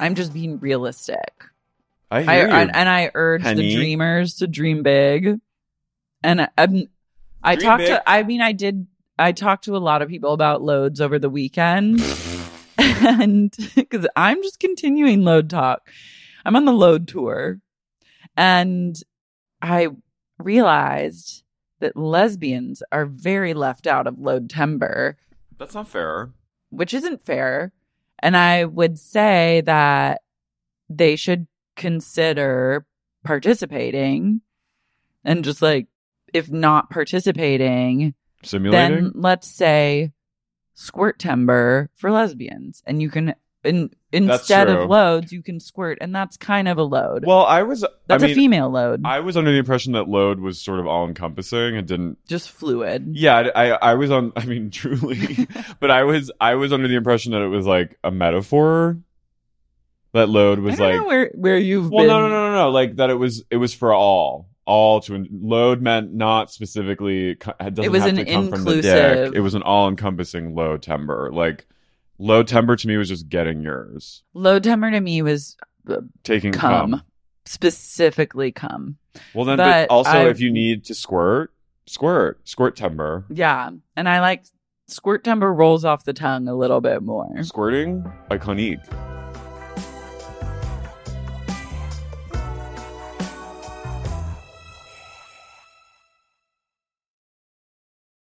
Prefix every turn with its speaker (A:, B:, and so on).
A: I'm just being realistic.
B: I hear
A: I,
B: you.
A: and, and I urge
B: honey.
A: the dreamers to dream big. And I, I'm, I
B: Dream
A: talked
B: big.
A: to. I mean, I did. I talked to a lot of people about loads over the weekend, and because I'm just continuing load talk, I'm on the load tour, and I realized that lesbians are very left out of load timber
B: That's not fair.
A: which isn't fair. And I would say that they should consider participating and just like, if not participating,
B: Simulating.
A: then let's say squirt timber for lesbians. And you can, in, instead
B: true.
A: of loads, you can squirt. And that's kind of a load.
B: well, I was.
A: that's
B: I mean,
A: a female load,
B: I was under the impression that load was sort of all encompassing and didn't
A: just fluid.
B: Yeah, I, I I was on. I mean, truly, but I was I was under the impression that it was like a metaphor. That load was
A: I don't
B: like,
A: know where, where you've
B: well,
A: been.
B: no, no, no, no, no, like that it was it was for all, all to en- load meant not specifically. co- It, doesn't
A: was
B: have
A: an
B: to come from the dick.
A: inclusive-
B: It was an all encompassing low timber. Like low timber to me was just getting yours,
A: Load timber to me was
B: taking
A: cum,
B: cum.
A: specifically cum.
B: Well, then,
A: But
B: but also
A: I-
B: if you need to squirt, squirt, squirt timber,
A: Yeah. And I like squirt timber rolls off the tongue a little bit more.
B: squirting like Honique.